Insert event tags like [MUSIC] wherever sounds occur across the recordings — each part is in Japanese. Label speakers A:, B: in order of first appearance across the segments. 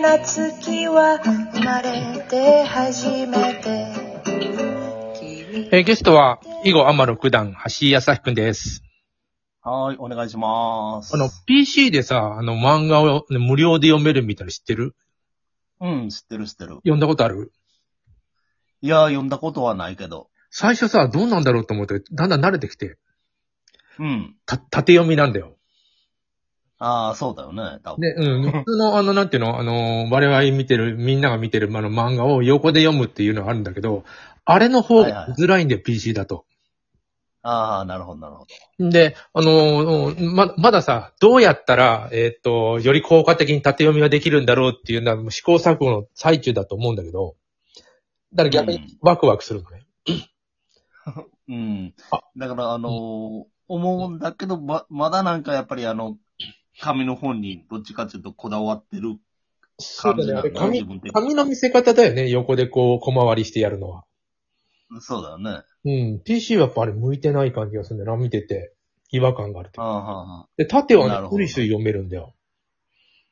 A: な月は生まれて初めて君
B: えーゲストは、囲碁アマ六段、橋井康明くんです。
C: はーい、お願いします。
B: あの、PC でさ、あの、漫画をね無料で読めるみたいなの知ってる
C: うん、知ってる知ってる。
B: 読んだことある
C: いやー、読んだことはないけど。
B: 最初さ、どうなんだろうと思って、だんだん慣れてきて、
C: うん。
B: た、縦読みなんだよ。
C: ああ、そうだよね、多分。
B: で、 [LAUGHS] うん、普通の、あの、なんていうの、あの、我々見てる、みんなが見てる、あの、漫画を横で読むっていうのはあるんだけど、あれの方が見づらいんだよ、PC だと。
C: ああ、なるほど、なるほど。
B: で、あのーま、まださ、どうやったら、えーっと、より効果的に縦読みができるんだろうっていうのは試行錯誤の最中だと思うんだけど、だから逆にワクワクするのね。
C: うん
B: あ。
C: だから、あのー思うんだけど、ま、まだなんかやっぱりあの、紙の本にどっちかっていうとこだわってる
B: そう
C: 感
B: だ
C: じ
B: ね、
C: な
B: あれ
C: んだね、自
B: 紙、
C: 分的
B: 紙の見せ方だよね、横でこう、小回りしてやるのは。
C: に。そうだよね。
B: うん、PC はやっぱあれ向いてない感じがするんだよな、見てて。違和感があると
C: あー
B: いうか。
C: は
B: で、縦
C: な
B: は
C: る
B: ね、
C: ほど
B: フリス読めるんだよ。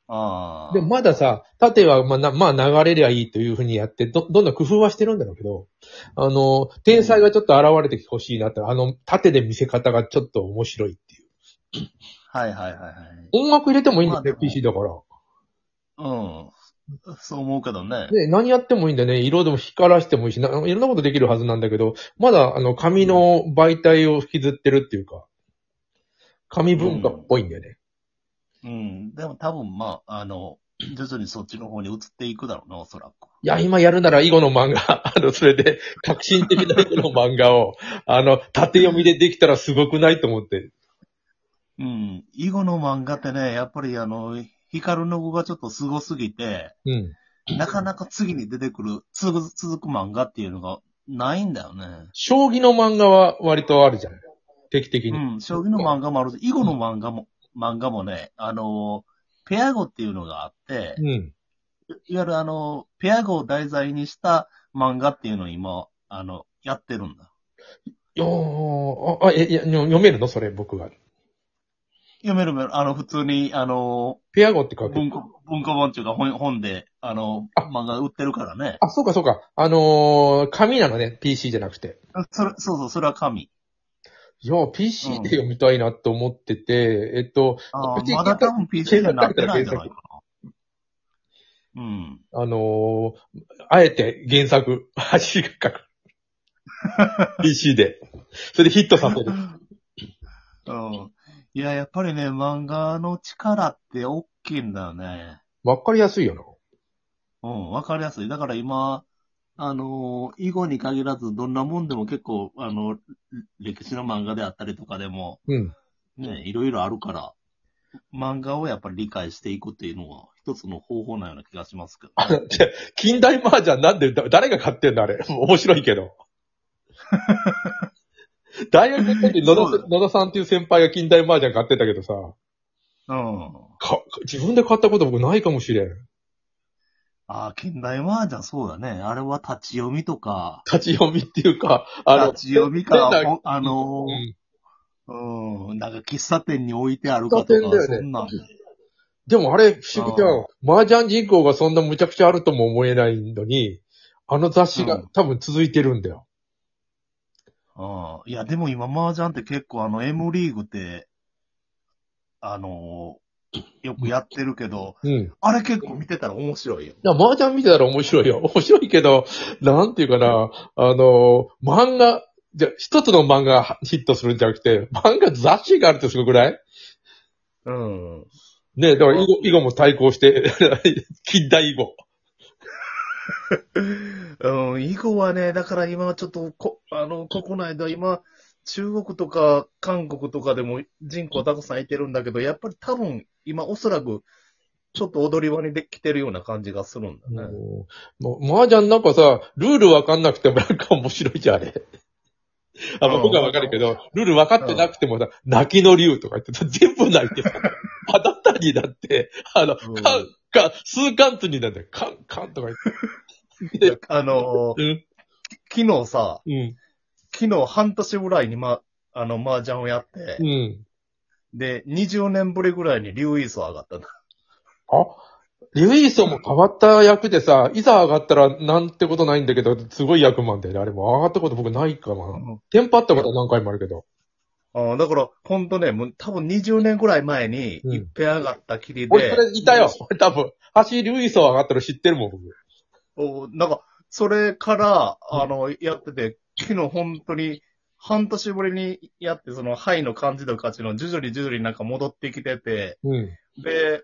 C: ーはーあー。
B: で、まださ、縦は、まあ、なまあ、流れりゃいいというふうにやって、ど、どんどん工夫はしてるんだろうけど、あの、天才がちょっと現れてほしいなって、あの、縦で見せ方がちょっと面白いっていう。
C: はいはいはい
B: 音楽入れてもいいんだ
C: まあで
B: よ、
C: も
B: PC だから。
C: はい。うん。そう思うけどね。
B: で、何やってもいいんだよね。色でも光らしてもいいし、な、いろんなことできるはずなんだけど、まだ、あの、紙の媒体を引きずってるっていうか、紙文化っぽいんだよね。
C: うん。でも多分まあ、あの、徐々にそっちの方に移っていくだろうな、おそらく。
B: いや、今やるなら囲碁の漫画、あの、それで、革新的な囲碁の漫画を、あの、縦読みでできたらすごくないと思って。
C: うん。囲碁の漫画ってね、やっぱりあの、ヒカルの碁がちょっと凄すぎて、
B: うん。
C: なかなか次に出てくる、続く、続く漫画っていうのがないんだよね。
B: 将棋の漫画は割とあるじゃん。定期的に。
C: うん。将棋の漫画もあるし、囲碁の漫画も、漫画もね、あの、ペア碁っていうのがあって
B: う、ん。
C: いわゆるあの、ペア碁を題材にした漫画っていうのを今、あの、やってるんだ。
B: よーあ、あ、え、いや読めるのそれ、僕が。
C: 読める読める、あの、普通に、あの、
B: ペア語って書く。
C: 文庫、文庫本っていうか本、本で、あの、漫画売ってるからね。
B: あ、そうかそうか。あのー、紙なのね。PC じゃなくて。
C: それ、そうそう、それは神。
B: いやー、PC で読みたいなと思ってて、えっと、
C: ああ、
B: PC
C: まだ多分 PC になってないんじゃないかな。うん。
B: あのー、あえて原作、 [LAUGHS] 橋が書
C: [LAUGHS]
B: く。PC で。それでヒットさせ
C: [LAUGHS]
B: る。
C: うん。いや、やっぱりね、漫画の力って大きいんだよね。
B: わかりやすいよな。
C: うん、わかりやすい。だから今、あのー、囲碁に限らず、どんなもんでも結構、あの、歴史の漫画であったりとかでも、
B: うん。
C: ね、いろいろあるから、漫画をやっぱり理解していくっていうのは、一つの方法なような気がしますけど。
B: じゃあ [LAUGHS] 近代麻雀なんで、だ誰が買ってんのあれ。 [LAUGHS] 面白いけ
C: [LAUGHS]
B: ど。大学の時、野
C: そ
B: 田さ
C: うだ
B: ん野田さんっていう先輩が近代麻雀買ってたけどさ、
C: [LAUGHS] うん。
B: か自分で買ったこと僕ないかもしれん。
C: ああ、近代麻雀そうだね。あれは立ち読みとか、
B: 立ち読みっていうか、あの、
C: 立ち読みか
B: 変な、
C: ほあのー、
B: うん
C: うん、なんか喫茶店に置いてあるかとか、
B: 喫茶店だよね
C: そんなん。
B: でもあれ不思議じゃん。麻雀人口がそんな無茶苦茶あるとも思えないのに、あの雑誌
C: う
B: が
C: ん
B: 多分続いてるんだよ。
C: うん。いや、でも今、麻雀って結構あの、M リーグって、あのーよくやってるけど、
B: うん。い
C: あれ結構見てたら面白いよ。
B: や、麻雀見てたら面白いよ。 [LAUGHS] 面白いけど、なんていうかな、あの、漫画、じゃ、一つの漫画がヒットするんじゃなくて、漫画雑誌があるってすごくない
C: うん。
B: ねえ、だから囲碁、囲碁も対抗して、 [LAUGHS] 近代囲碁。
C: うん、囲碁はね、だから今ちょっと、こ、あの、国内では今、中国とか韓国とかでも人口たくさんいてるんだけど、やっぱり多分、今おそらく、ちょっと踊り場にできてるような感じがするんだね。
B: もう、麻雀なんかさ、ルールわかんなくてもなんか面白いじゃん、あれ。あ、まあ
C: うん
B: 僕はわかるけど、ルール分かってなくてもさ、泣きの竜とか言ってさ、全部泣いてさ、あだったりだって、あの、カ
C: うん
B: ン、カン、数カンツになんだよ。カン、カンとか言って。で、
C: あのー
B: うん、
C: 昨日さ、
B: うん、
C: 昨日半年ぐらいにま、あの、麻雀をやって、
B: うん。
C: で、20年ぶりぐらいにリュウイーソー上がったんだ。
B: あ、リュイーソンも変わった役でさ、いざ上がったらなんてことないんだけど、すごい役マンだよね。あれも上がったこと僕ないか
C: う
B: な。
C: ん
B: テンパったことは何回もあるけど。
C: あーだから、ほんとね、もう多分20年ぐらい前に、
B: うん
C: いっぺん上がったきり
B: 俺
C: で
B: そ、れいたよ。俺多分、橋リュイーソン上がったの知ってるもん、僕。
C: おなんか、それから、
B: うん
C: あの、やってて、昨日本当に、半年ぶりにやって、その、ハイの感じとかっていうの、徐々に徐々になんか戻ってきてて、
B: うん。
C: で、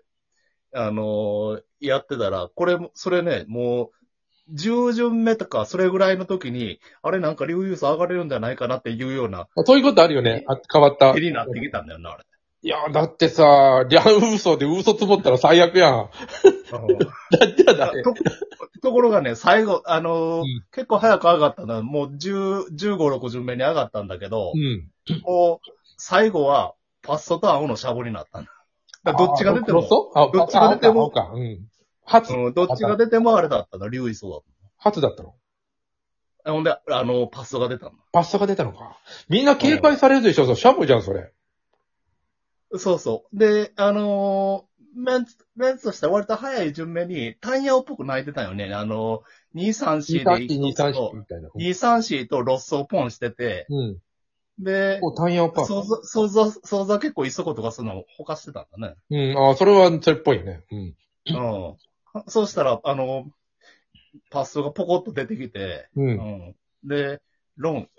C: あのーやってたら、これも、それね、もう、10巡目とか、それぐらいの時に、あれなんか、リュウユース上がれるんじゃないかなっていうような、
B: そういうことあるよね。あ変わった。
C: 気に
B: い
C: なってきたんだよな、あれ。
B: や、だってさ、リャン嘘で嘘つぼったら最悪やん。だってだって。
C: [LAUGHS] とところがね、最後、あの
B: う
C: ー
B: ん
C: 結構早く上がったのは、もう10、15、6巡目に上がったんだけど
B: う、ん。
C: もう、最後は、パッソと青のシャボになったんだ。だからどっちが出て
B: あ
C: も、
B: そうあ、
C: どっちが出て
B: あ
C: も
B: そうか。そうかうん。初、
C: うん、どっちが出てもあれだったの、リュウイソだ
B: 初だったの。
C: った。ほんで、あの、パッソが出たん
B: パスタが出たのか。みんな警戒されるでしょ、そうシャボじゃん、それ。
C: だ。そうそう。で、あのーメンツ、メンツとしては割と早い順目に、タンヤオっぽく泣いてたよね。あのー、2、3、4で
B: 2、
C: 一
B: 3、
C: つ
B: 4
C: と、
B: みたいな。
C: 2、3、4とロッソーポンしてて、
B: うん。
C: で、
B: お、タンヤオパー
C: 想像、想像、想像は結構急ごとかするのをほかしてたんだね。
B: うん、あーそれは、それっぽいね。うん。
C: うん。そうしたら、あの、パスがポコッと出てきて、
B: う。
C: うんん。で、ロン、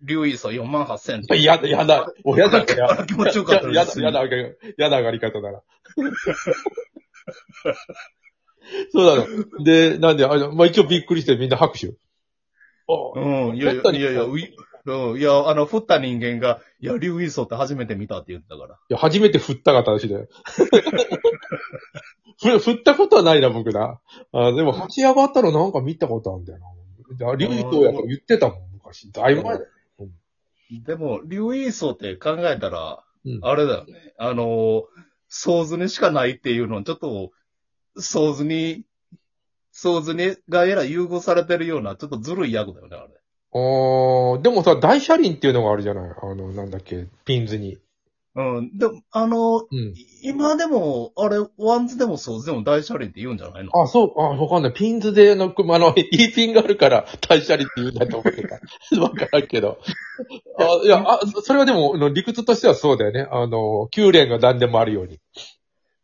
C: リュウイーソ4万8000
B: いやだ、やだ。お、やだ、やだ。
C: 気持ちよかった
B: や
C: で
B: や
C: す。
B: だ、やだ、やだ上がり方だな。そうだね。で、なんで、あの、まあ、一応びっくりしてみんな拍手。お
C: うん。いやいや、いやいや、うい、うん。いや、あの、振った人間が、いや、リュウイーソって初めて見たって言ったから。
B: いや、初めて振ったが正しいだよ。ふ振ったことはないな、僕な。あでも、橋上がったのなんか見たことあるんだよな。リュウイトやと言ってたもん、昔。だいぶ前だよ。
C: でも、リュウイーソって考えたら、
B: うん
C: あれだよね。あの、想像にしかないっていうの、ちょっと、想像に、想像にがえらい融合されてるような、ちょっとずるい役だよね、あれ。
B: あーでもさ、大車輪っていうのがあるじゃないあの、なんだっけ、ピンズに。
C: うん。でも、あの、
B: うん。
C: 今でも、あれ、ワンズでもそう、でも大車輪って言うんじゃないの
B: あ、そう、あ、わかんない。ピンズでの、あの、 [LAUGHS] いいピンがあるから、大車輪って言うんだと思ってた。 [LAUGHS] わからんけど。あいや、あ、それはでも、あの理屈としてはそうだよね。あの、9連が何でもあるように。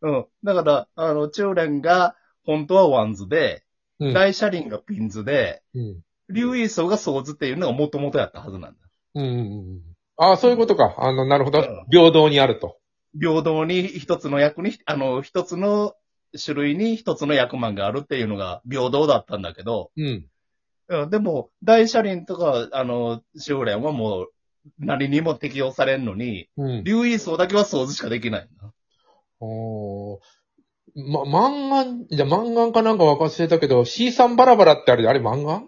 C: うん。だから、あの、中連が、本当はワンズで、
B: うん
C: 大車輪がピンズで、
B: うん。
C: リュウイーソーがソーズっていうのが元々やったはずなんだ。
B: うんうんうん。ああ、そういうことか。あの、なるほど
C: うん。
B: 平等にあると。
C: 平等に一つの役に、あの、一つの種類に一つの役満があるっていうのが平等だったんだけど、
B: うん。
C: うん、でも、大車輪とか、あの、中連はもう、何にも適用されんのに、
B: うん。
C: リュウイーソーだけはソーズしかできないんだ。
B: おーま、漫画、いや、漫画かなんか忘れたけど、C さんバラバラってあれ、あれ漫画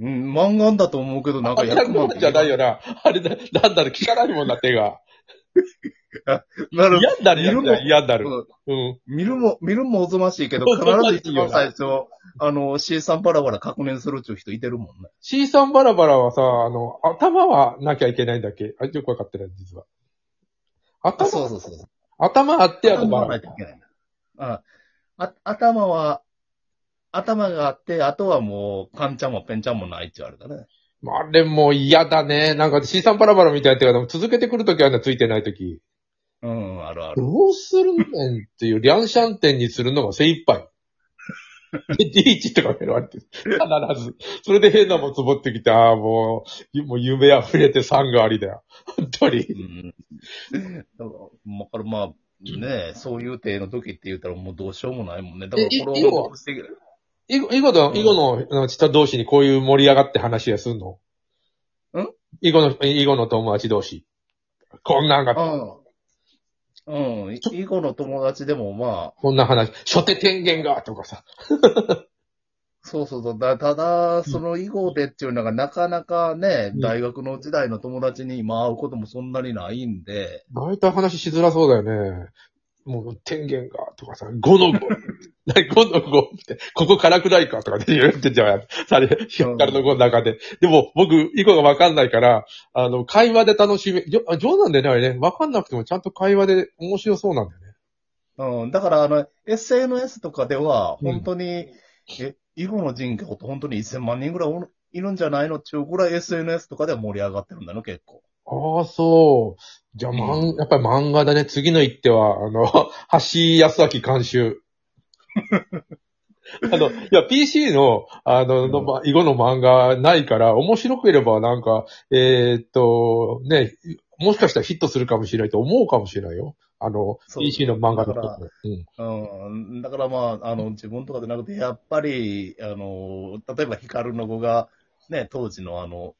C: うん、漫画だと思うけど、なん
B: あ
C: か
B: れ、役
C: 役満
B: 満じゃないよな。あれだ、なんだろう、聞かないもんな、手が。
C: なる
B: 嫌になるやつだ、嫌になる。
C: うん
B: うん。
C: 見るも、見るもおぞましいけど、
B: お
C: 必
B: ぞましいよ
C: ず一番最初、あの、C3 バラバラ確認するっていう人いてるもんね。
B: C さんバラバラはさ、あの、頭はなきゃいけないんだっけあ、よくわかってない、実は。
C: あ、
B: 頭、
C: そうそうそう。
B: 頭あって、あと
C: 頭
B: バ
C: はな
B: ラ
C: いといけないなああ頭は、頭があって、あとはもう、カンちゃんもペンちゃんもないって言われたね。
B: あれもう嫌だね。なんか C さんバラバラみたいな手が、でも続けてくるときあるんだ、ついてないとき。
C: うん、あるある。
B: どうするねんっていう、リャンシャン店にするのが精一
C: [LAUGHS]
B: 杯。で、D1 とか言われて、必ず。それで変なもんつぼってきて、ああ、もう、もう夢溢れて3がありだよ。本当に
C: う。ん。だから、だからまあ、ねえ、そういう体の時って言ったらもうどうしようもないもんね。だから
B: えい
C: これ
B: いい
C: を
B: の
C: どうしていけない
B: 囲碁囲碁の、
C: うん
B: 囲碁のあの人同士にこういう盛り上がって話はすんの
C: ん
B: 囲碁の、囲碁の友達同士。こんなんが、
C: うん。うん。以後の友達でもまあ、
B: こんな話、初手天元が、とかさ。
C: そうそうそう。だただ、その囲碁でっていうのがなかなかね、
B: うん
C: 大学の時代の友達に今会うこともそんなにないんで、
B: 大体話しづらそうだよね。もう、天元が、とかさ、五の五。 [LAUGHS] 何、五の五って、ここからくらいか、とかって言ってんじゃん。され、百からの五の中で。でも、僕、以降がわかんないから、あの、会話で楽しめ、じょあ冗談でね、あれね、わかんなくてもちゃんと会話で面白そうなんだよね。
C: うん、だから、あの、SNS とかでは、本当に、え、囲碁の人口って本当に1000万人ぐらいおるいるんじゃないのっていうぐらい SNS とかでは盛り上がってるんだね、結構。
B: ああ、そう。じゃあ、まん、やっぱり漫画だね。次の一手は、あの、 [LAUGHS] 橋康明監修。 [LAUGHS] あの、いや、PC の、あの、のま囲碁の漫画ないから、面白ければなんか、えーっと、ね、もしかしたらヒットするかもしれないと思うかもしれないよ。あの、
C: そう
B: PC の漫画だ
C: だ
B: と
C: か。
B: うん。
C: うん、だからまあ、あの、自分とかじゃなくて、やっぱり、あの、例えばヒカルの子が、ね、当時のあの、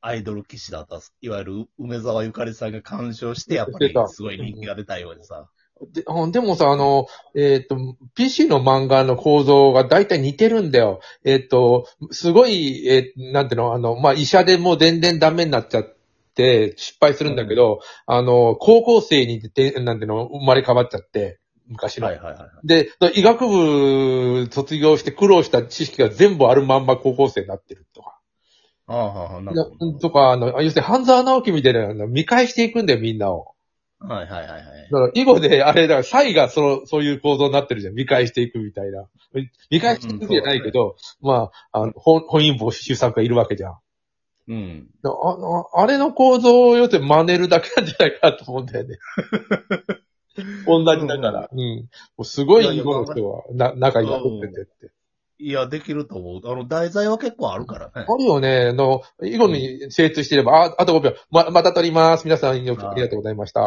C: アイドル棋士だった、いわゆる梅沢ゆかりさんが鑑賞して、やっぱりすごい人気が出たようでさ。
B: であでもさ、あの、えーっ、と、PC の漫画の構造が大体似てるんだよ。えーっ、と、すごい、えーなんていうの、あの、まあ、医者でもう全然ダメになっちゃって、失敗するんだけど、あの、高校生にで、なんていうの、生まれ変わっちゃって、昔の。
C: はいはいはい。
B: で、医学部卒業して苦労した知識が全部あるまんま高校生になってるとか。
C: ああ、はあ、なるほど。
B: とか、あの、要するに半沢直樹みたいなのを見返していくんだよ、みんなを。
C: はいはいはいはい。
B: だから、囲碁で、あれ、だから、サイが、その、そういう構造になってるじゃん。見返していくみたいな。見返していくじゃないけど、まあ、あの、本、本因坊周作がいるわけじゃん。
C: うん。
B: だからあの、あれの構造を、要するに真似るだけなんじゃないかなと思うんだよ [LAUGHS] ね。同じだから。うん。もうすごい囲碁の人は、な、仲良くなっててって。
C: いや、できると思う。あの、題材は結構あるからね。
B: あるよね。あの、囲碁に精通していれば、あ、あと5秒。ま、また撮ります。皆さん、よくありがとうございました。